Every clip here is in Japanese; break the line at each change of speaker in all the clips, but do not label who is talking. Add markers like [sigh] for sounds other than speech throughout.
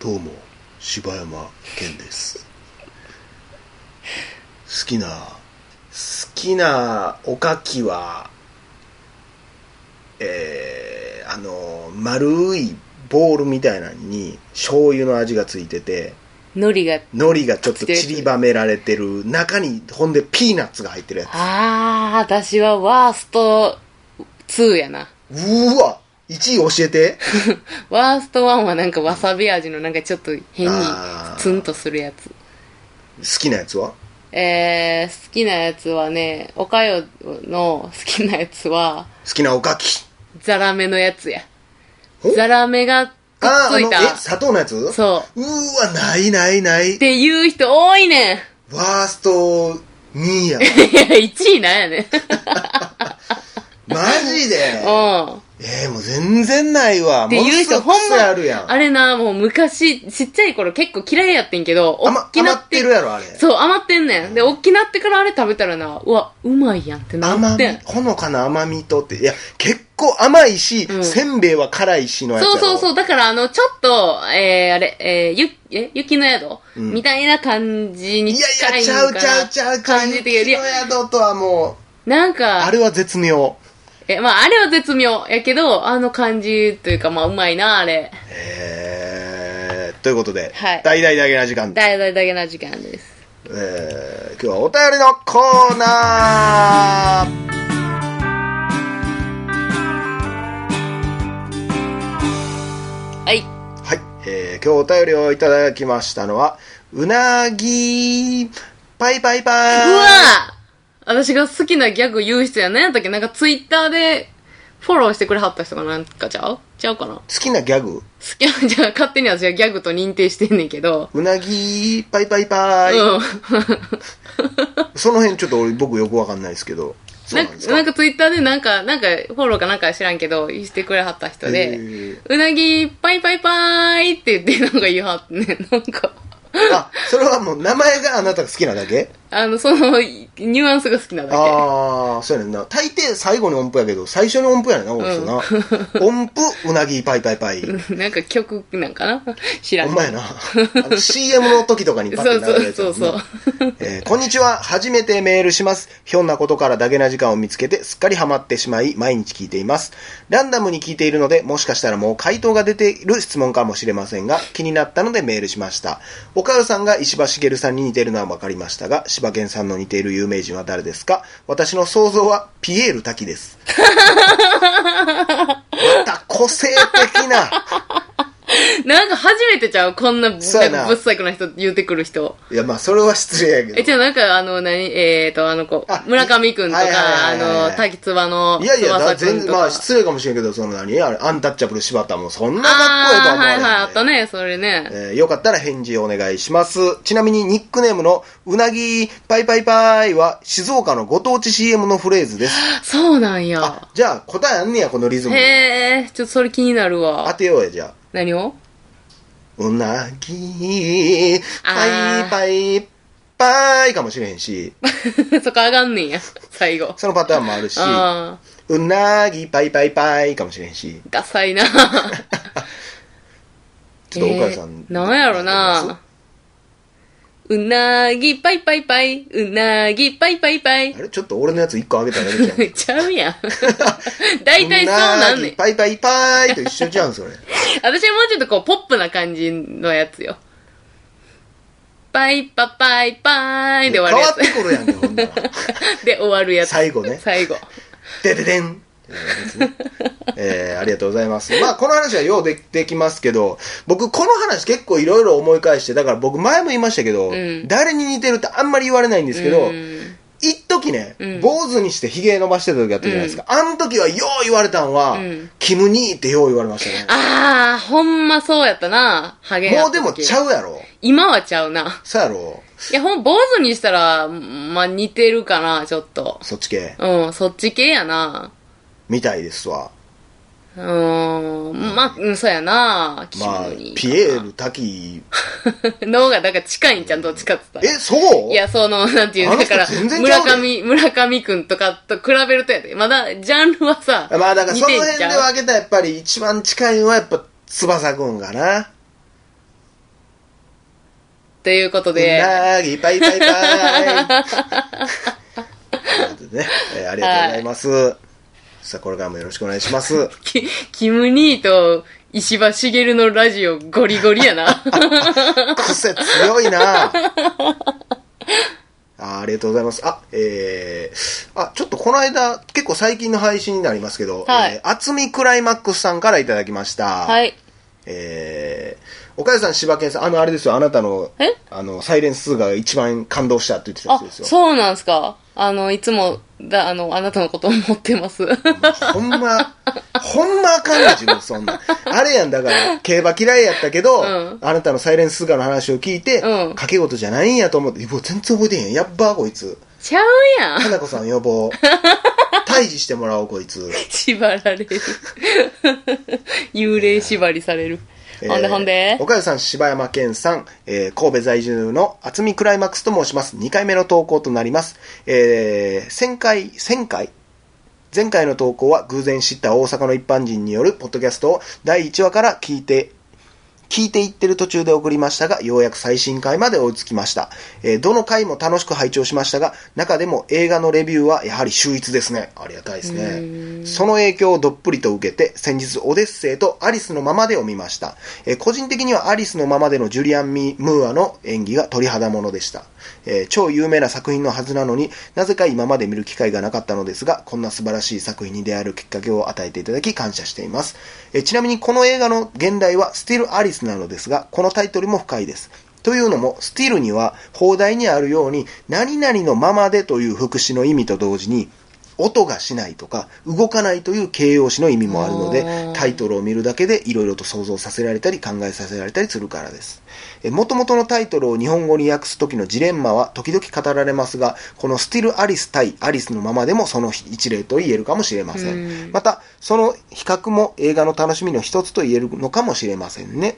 どうも柴山健です好きな好きなおかきはえーあの丸いボールみたいなのに醤油の味がついてて
海苔が、
海苔がちょっと散りばめられてる中にほんでピーナッツが入ってるやつ
あー、私はワースト2やな。
うーわ1位教えて
ワースト1はなんかわさび味のなんかちょっと変に
あー
ツンとするやつ。
好きなやつは
えー、好きなやつはね、おかよの好きなやつは、
好きなおかき
ザラメのやつや
ほ。
ザラメがくっ
あー
つい
あのえ
た。
砂糖のやつう
そう
ーわないないうな
う。っ
い
ていう人多いねん。 [laughs]
ワースト2位や
いや、1位な
[laughs]
んやねん。
マジで
うん。っ
えー、もう全然ないわ
ていう人
も
ほ
の
ん
すごい癖
ま、
あるやん
あれな、もう昔、ちっちゃい頃結構嫌いやってんけど、お
余
っきな
余
っ
って
て
る、やろあれ
そう、余ってんねん。で、おっきなってからあれ食べたらな、うわ、うまいやんってな
甘
って
み
ん。
ほのかな甘みとっていや結構甘いし、
うん
せんべいは辛いしのやつや
そ
ろ
うそうそう。だから、あの、ちょっと、えー、あれ、えー、ゆ、え、雪の宿、
ん
みたいな感じに
いや
近
いや
いん
ち
か
ゃう
な
ちゃうちゃう
感じて
て
い
いう
や、
宿とはもう
なん
あ
か、
れは絶妙
え、まあ、あれは絶妙やけど、あの感じというか、まあ、うまいな、あれ。
えー、ということで、
はい
大々だけな時間、
だいだいだけな時間です。
えー、今日はお便りのコーナー
はい。
はい、えー、今日お便りをいただきましたのは、うなぎバイバイバイ
うわ私が好きなギャグ言う人やなんやったっけなんかツイッターでフォローしてくれはった人がなんかちゃうちゃうかな好
好きなギャグ
きな、じゃあ勝手に私はギャグと認定してんねんけど。
うなぎバイバイバイ、
うん。
その辺ちょっと俺僕よくわかんないですけど、 [laughs] そう
な
なんですか
なんかツイッターでなんか、なんかフォローかなんか知らんけど、してくれはった人
へ
で、
ー
うなぎ、パイパイパーイって言ってなんか言いはってね、なん [laughs] か、
あ、それはもう名前があなたが好きなだけ
あの、そのニュアンスが好きなだけ。
ああ、そうやねんな。大抵最後に音符やけど、最初に音符やねんな、この人な。音符、うなぎ、パイパイパイ。
なんか曲なんかな知らん
ほん。まやな。あの CM の時とかにパッて流れるやつやもんな
そうそう
えーこんにちは。初めてメールします。ひょんなことからダゲな時間を見つけて、すっかりハマってしまい、毎日聞いています。ランダムに聞いているので、もしかしたらもう回答が出ている質問かもしれませんが、気になったのでメールしました。おかるさんが石破茂さんに似ているのは分かりましたが、柴犬さんの似ている有名人は誰ですか私の想像は、ピエール滝です。
[laughs]
また個性的な。
なんか初めてちゃうこんなぶ
そうやな
なんかぶっさくな人言うてくる人。
いや、まあ、それは失礼やけど
え、。じゃあなんか、あの、何、えーと、あの子
あ、
村上くんと
はいは
か、
いはいはい
あの、滝つばの
いやいや、だ
翼く
全
ん
然、
と
ま
か。
あ失礼かもしれんけど、その何あれ、アンタッチャブル柴田もそんなかっこいいとは
あ
思わ
ーは
ないい、
はい、あったね、それね。
えーよかったら返事お願いします。ちなみにニックネームのうなぎパイパイパイは静岡のご当地 CM のフレーズです。
そうなんや
あ。、じゃあ答えあんねや、このリズム。
へえ、ちょっとそれ気になる
当
わ。
てようや、じゃあ。
何を [laughs]
うなぎパ
あー
イパイパイかもしれへんし、
そこ上がんねんや、最後。
そのパターンもあるし、
ああ、
うなぎパイパイパイかもしれへんし、
ダサいな。
[laughs] ちょっとお母さん。
[laughs] えーなんやろな。うなぎパイパイパイ、うなぎパイパイパイ [laughs]
あ。れちょっと俺のやつ一個あげたらいいじゃん。
ちゃ
[laughs]
うやん。大体そうなんねん。
パイパイパイと一緒じゃん、そ
[laughs]
れ。
私はもうちょっとこう、ポップな感じのやつよ。パイパパイパイ
変
で終わる
わ
や
ってくるやんけ、ほんなら。
つ。 [laughs] で終わるやつ。
最後ね
最後。
ででで
[laughs]
ん。えー、ありがとうございます。まあ、この話はようでできますけど、僕、この話結構いろいろ思い返して、だから僕前も言いましたけど、
ん
誰に似てるってあんまり言われないんですけ
う
ど、
ん
一時ね、
ん
坊主にして髭伸ばしてた時あったじゃないですか。あの時はよう言われたんは、
ん
キム兄ってよう言われましたね。
あー、ほんまそうやったな。ハゲや
も
っ
う
た
で
時
もちゃうやろ。
今はちゃうな。
そうやろ。
いや、ほん、坊主にしたら、まあ、似てるかな、ちょっと。
そっち系。
うん、そっち系やな。
みたいですわ。
ううーん、まあ、うん、そうやな岸
まあ
本に。、
ピエール滝、
[laughs] の方がなんか近いんちゃん、どっちかって言っ
え、
たら。
そう
いや、その、なんていう
あ
の、
の
だ
人
から、
全然ちゃ
村
うで
上、村上くんとかと比べるとやで。まだ、ジャンルはさ、
まあだからその
似て
辺
んち
で
ゃう
分けたらやっぱり一番近いのはやっぱ翼くんかな。
ということ
う
で、
なぎ、パイパイパ
[laughs]
イ。ということでね、えーありがとうございます。さあ、これからもよろしくお願いします。
キキム兄と石破茂のラジオゴリゴ
[laughs]
リやな。
癖強いなあありがとうございます。あ、えー、あ、ちょっとこの間、結構最近の配信になりますけど、
はい
えー厚みクライマックスさんからいただきました。
はい。
えー、岡田さん、柴犬さん、あの、あれですよ、あなたの
え、
あの、サイレンス2が一番感動したって言ってたや
あ
つ、ですよ。
そうなんすか。あの、いつも、だ、あの、あなたのことを思ってます。 [laughs]
ほんま、ほんまあかんない、自分、そんな。あれやん、だから、競馬嫌いやったけど、
うん
あなたのサイレンス2の話を聞いて、
うん
掛け事じゃないんやと思って、うわ全然覚えてへんやん。やっばー、こいつ。
ちゃうやん。
かなこさん予
[laughs]
防。退治してもらおう、こいつ。
縛られる。 [laughs] 幽霊縛りされる。ほんでほんで。
岡田さん、柴山健さん、えー神戸在住の厚みクライマックスと申します。2回目の投稿となります。えー、1000回、1000回前回の投稿は偶然知った大阪の一般人によるポッドキャストを第1話から聞いて、聞いていってる途中で送りましたが、ようやく最新回まで追いつきました。えーどの回も楽しく拝聴しましたが、中でも映画のレビューはやはり秀逸ですね。ありがたいですね。その影響をどっぷりと受けて、先日オデッセイとアリスのままでを見ました。えー個人的にはアリスのままでのジュリアン・ミムーアの演技が鳥肌ものでした。えー超有名な作品のはずなのになぜか今まで見る機会がなかったのですがこんな素晴らしい作品に出会えるきっかけを与えていただき感謝しています、えーちなみにこの映画の現代は「スティル・アリス」なのですがこのタイトルも深いですというのも、スティルには、放題にあるように、何々のままでという副詞の意味と同時に、音がしないとか、動かないという形容詞の意味もあるの
あ
で
ー、
タイトルを見るだけでいろいろと想像させられたり考えさせられたりするからです。もともとのタイトルを日本語に訳す時のジレンマは時々語られますが、このスティル・アリス対アリスのままでもその一例と言えるかもしれませ
うん
んまた、その比較も映画の楽しみの一つと言えるのかもしれませんね。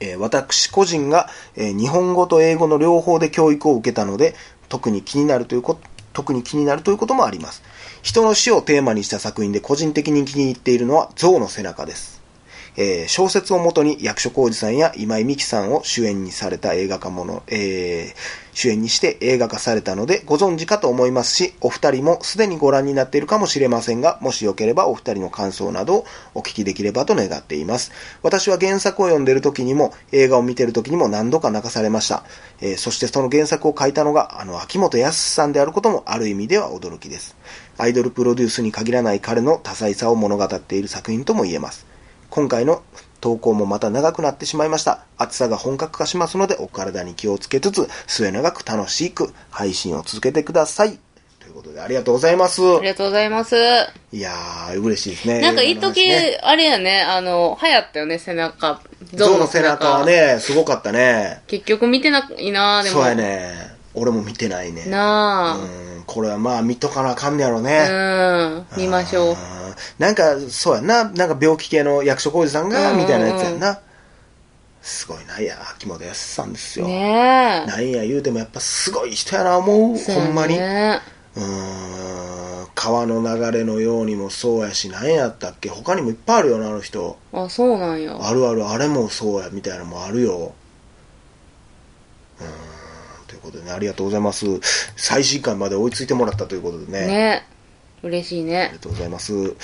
えー私個人が、えー日本語と英語の両方で教育を受けたので、特に気になるということ、特に気になるということもあります。人の死をテーマにした作品で個人的に気に入っているのは象の背中です。えー小説をもとに役所広司さんや今井美樹さんを主演にされた映画化もの、えー主演にして映画化されたのでご存知かと思いますし、お二人もすでにご覧になっているかもしれませんが、もしよければお二人の感想などをお聞きできればと願っています。私は原作を読んでいる時にも、映画を見ている時にも何度か泣かされました。えーそしてその原作を書いたのが、あの、秋元康さんであることもある意味では驚きです。アイドルプロデュースに限らない彼の多彩さを物語っている作品とも言えます。今回の投稿もまた長くなってしまいました。暑さが本格化しますので、お体に気をつけつつ、末永く楽しく配信を続けてください。ということで、ありがとうございます。
ありがとうございます。
いやー、嬉しいですね。
なんか、
い
一時、あれやね、あの、流行ったよね、背中。
ゾウの背中は。ね、すごかったね。
結局見てないなでも。
そうやね。俺も見てないね。
なあ、
うん、これはまあ見とかなあかんねやろ
う
ね。
ん。見ましょう。
あー。なんか、そうやな。なんか病気系の役所広司さんが、
うんうんうん
みたいなやつやんな。すごいな。いや、秋元康さんですよ。
ねえ。
なんや言うてもやっぱすごい人やな、思う。
そうや
ほんまに。う
ね
ーん。川の流れのようにもそうやし、なんやったっけ他にもいっぱいあるよな、あの人。
あ、そうなんや。
あるある、あれもそうや、みたいなのもあるよ。うーん、ということでね、ありがとうございます。最新回まで追いついてもらったということでね。
ねえ。嬉しい
あり
ね。
がとうございます。うーん、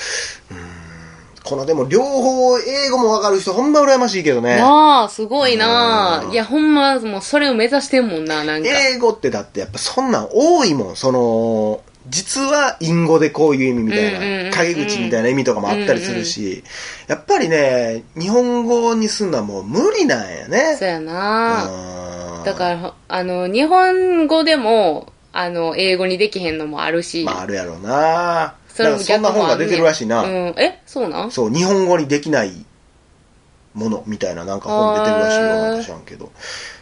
このでも両方英語もわかる人、ほんま羨ましいけどね。
なあ、すごいな
うん
あ。いや、ほんま、もうそれを目指してんもんな、なんか。
英語ってだってやっぱそんなん多いもん。その、実は隠語でこういう意味みたいな、
うんうんうんうん
陰口みたいな意味とかもあったりするし、やっぱりね、日本語にすんのはもう無理なんやね。
そうやなあ。
うーん
だから、あの、日本語でも、あの、英語にできへんのもあるし。
まああるやろうな
そ
だか
れ
らそ
も
んな
逆も
本
あ
が
んね
出てるらしいな、
うん。え、そうなん
そう日本語にできないものみたいななんか本出てるらしいよ
へー
なんか知らんけど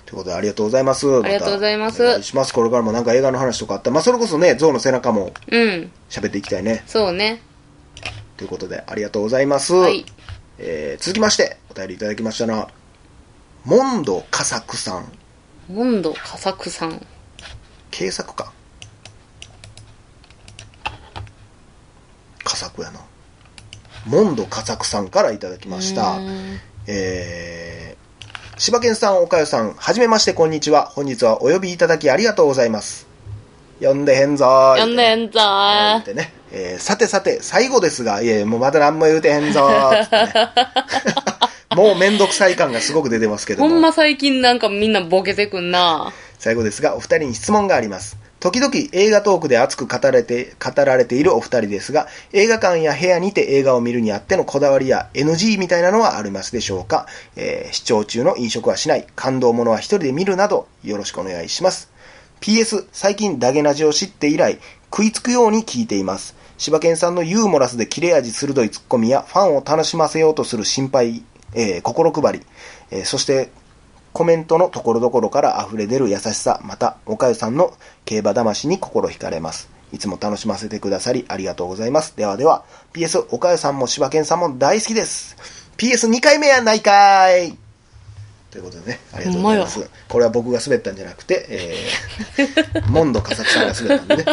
ということでありがとうございますあ
ありがとうございます
お願いしますこれからもなんか映画の話とかあったら、まあ、それこそね象の背中も
うん。
喋っていきたいね
そうね。
ということで、ありがとうございます。
はい。
えー続きまして、お便りいただきましたのは、モンドカサクさん。
モンドカサクさん。
軽作か。カサクやな。モンドカサクさんからいただきました。
うん
えー、柴犬さん、おかよさん、はじめまして、こんにちは。本日はお呼びいただきありがとうございます。呼んでへんぞーい。
やんだやん
言っ
だー。
てね、えーさてさて、最後ですが、いやいや、もうまだ何も言うてへんぞーっつってね [laughs] もうめんどくさい感がすごく出てますけど
ほ
も。
んま最近なんかみんなボケてくんな。
最後ですが、お二人に質問があります。時々映画トークで熱く語られて、語られているお二人ですが、映画館や部屋にて映画を見るにあってのこだわりや NG みたいなのはありますでしょうか、えー視聴中の飲食はしない、感動ものは一人で見るなど、よろしくお願いします。PS、最近ダゲナジを知って以来、食いつくように聞いています。柴犬さんのユーモラスで切れ味鋭いツッコミや、ファンを楽しませようとする心配、えー心配り、えーそして、コメントのところどころから溢れ出る優しさ、また、おかゆさんの競馬魂に心惹かれます。いつも楽しませてくださり、ありがとうございます。ではでは、PS、おかゆさんも柴犬さんも大好きです。PS2 回目やないかーいということでね、ありがとうございま
ほん
す。これは僕が滑ったんじゃなくて、え
[laughs]
ーモンドカサクさんが滑ったんでね。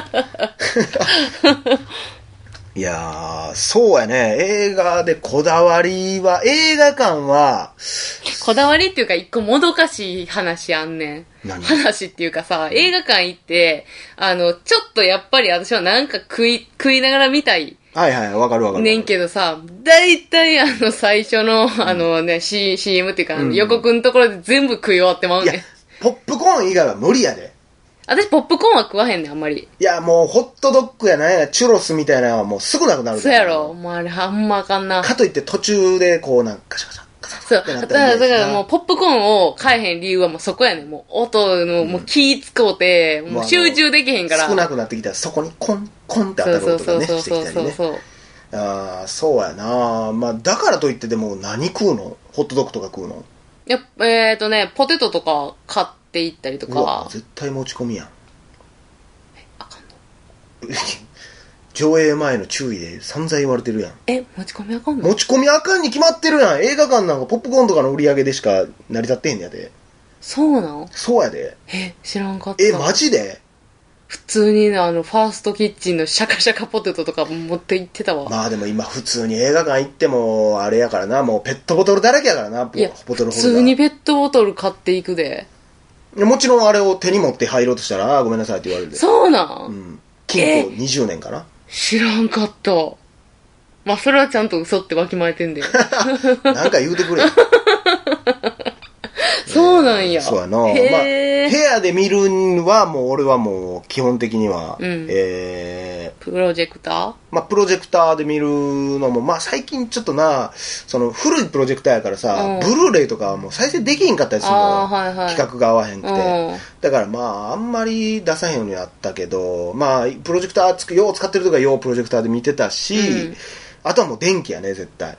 いやー、そうやね。映画でこだわりは、映画館は、
こだわりっていうか一個もどかしい話あんねん。
何
話っていうかさ、映画館行って、あの、ちょっとやっぱり私はなんか食い、食いながら見たい
はいはい、わかるわかる。
ねんけどさ、大体あの最初の、あのね、C、CM っていうか、
うん
予告のところで全部食い終わってまう
いや
ねん。、
ポップコーン以外は無理やで。
私ポップコーンは食わへんねん、あんまり。
いや、もうホットドッグやなんや、チュロスみたいなのはもうすぐなくなるか
そう
ら
やろもうあれあんまあかんな。
かといって途中でこうなんかカシャカシャ、カシャカシ
そ
ャ
う
ってな。
だ
っ
か
たら嫌
ら、
や
だ
しな
からもう、ポップコーンを買えへん理由はもうそこやねん。もう、音の、もう気使うて、
も
も
うあ
う
の
集中できへんから。
少なくなってきたらそこにコン、コンって当
そ
た
う
る
そう
音が
そう
ね、
そう
して
そ
き
う
た
そ
り
う
ね。ああ、そうやなまあ、だからといってでも何食うのホットドッグとか食うの
やっぱえっ、とね、ポテトとか買っていったりと
うわ
か、、
絶対持ち込みやん。上映前の注意で散々言われてるやん。
え、持ち込みあかんの
持ち込みあかんに決まってるやん。映画館なんかポップコーンとかの売り上げでしか成り立ってへんねやで。
そうなん
そうやで。
え、知らんかった。
え、マジで
普通にね、あの、ファーストキッチンのシャカシャカポテトとか持って行ってたわ。
まあでも今普通に映画館行ってもあれやからな、もうペットボトルだらけやからな、ボ
いや、
ボトル
普
ホルダ
通に
ー。
ペットボトル買っていくで。
もちろんあれを手に持って入ろうとしたら、あーごめんなさいって言われるで。
そうなん、
うん。金庫20年かな。
知らんかった。まあ、それはちゃんと嘘ってわきまえて
[laughs]
んで。
なんか言うて
[laughs]
くれ。
そうなんや。
そうやな。まあ、
へ
部
え。
屋で見るんはもう俺はもう基本的には、
うん
えー、
プロジェクタ
まあ、プロジェクターで見るのも、まあ、最近ちょっとな、その古いプロジェクターやからさ、
うん
ブルーレイとかはもう再生できへんかったりするのよ、
あーはいはい
企画が合わへんくて、
うん
だからまあ、あんまり出さへんようになったけど、まあ、プロジェクターつく、よう使ってるとかようプロジェクターで見てたし、
うん
あとはもう電気やね、絶対。
ー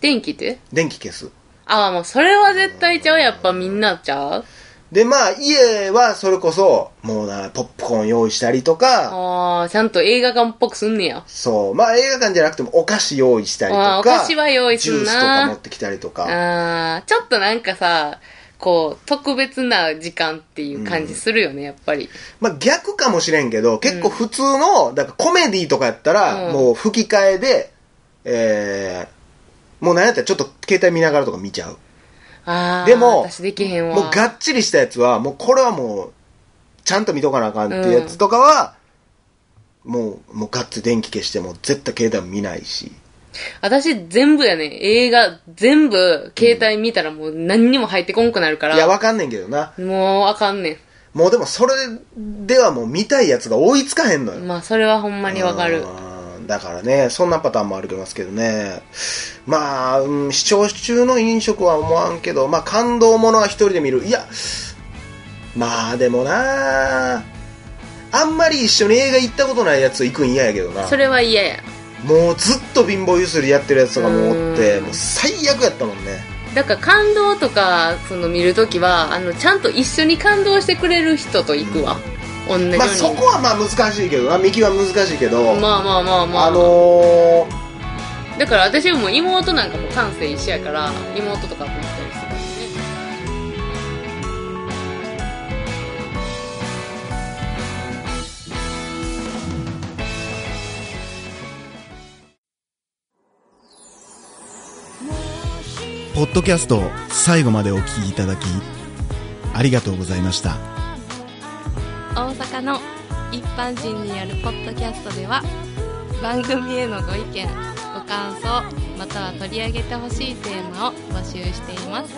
電気って
電気消す。
ああ、もうそれは絶対ちゃう。やっぱみんなちゃう
で、まあ、家はそれこそ、もうな、ポップコーン用意したりとか、
ああ、ちゃんと映画館っぽくすんねや。
そう、まあ、映画館じゃなくてもお菓子用意したりと
あー
か、
お菓子は用意す
ジ
る
ュー
な
スとか持ってきたりとか。
ああ、ちょっとなんかさ、こう、特別な時間っていう感じするよね、やっぱり。
まあ、逆かもしれんけど、結構普通の、だからコメディとかやったら、
うん
もう吹き替えで、えー、もうなんやったらちょっと携帯見ながらとか見ちゃう。
ああ、
でも
私できへんわ。
もうがっちりしたやつは、もうこれはもう、ちゃんと見とかなあかんっていうやつとかは、もう、もうがっつり電気消しても絶対携帯見ないし。
私全部やね、映画全部携帯見たらもう何にも入ってこんくなるか
いや、
ら、
わかんねんけどな。
もうあかんね
もうでもそれではもう見たいやつが追いつかへんのよ
ん。。まあそれはほんまにわかる。
うんだからね、そんなパターンもありますけどね。まあ、うん、視聴中の飲食は思わんけど、まあ、感動ものは一人で見る。いや、まあでもなあんまり一緒に映画行ったことないやつと行くん嫌やけどな。
それは嫌や。
もうずっと貧乏ゆすりやってるやつとかもおって、
うん
もう最悪やったもんね。
だから感動とかその見るときはあのちゃんと一緒に感動してくれる人と行くわ、同じように、
まあそこはまあ難しいけどな、見極め難しいけど、
まあまあまあまあ
あのー
だから私ももう妹なんかも感性一緒やから妹とかと思ったりするしね
ポッドキャストを最後までお聞きいただき、ありがとうございました。
大阪の一般人によるポッドキャストでは番組へのご意見ご感想または取り上げてほしいテーマを募集しています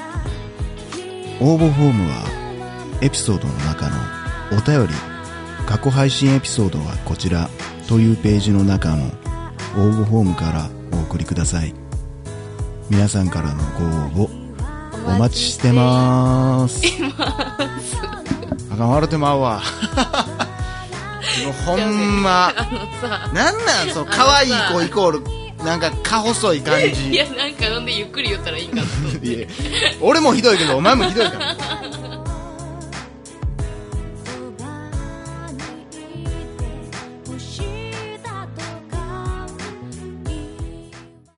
応募フォームは、エピソードの中のお便り、過去配信エピソードはこちらというページの中の応募フォームからお送りください。皆さんからのご応募、お待ちしてまーす。あかん、笑ってまう [laughs] わ。もうほんま。
あのさ
なんなんその可愛い子イコールなんかか細い感
い
じ
やなんかなんでゆっくり言ったらいいんかなと思って
いや俺もひどいけどお前もひどいから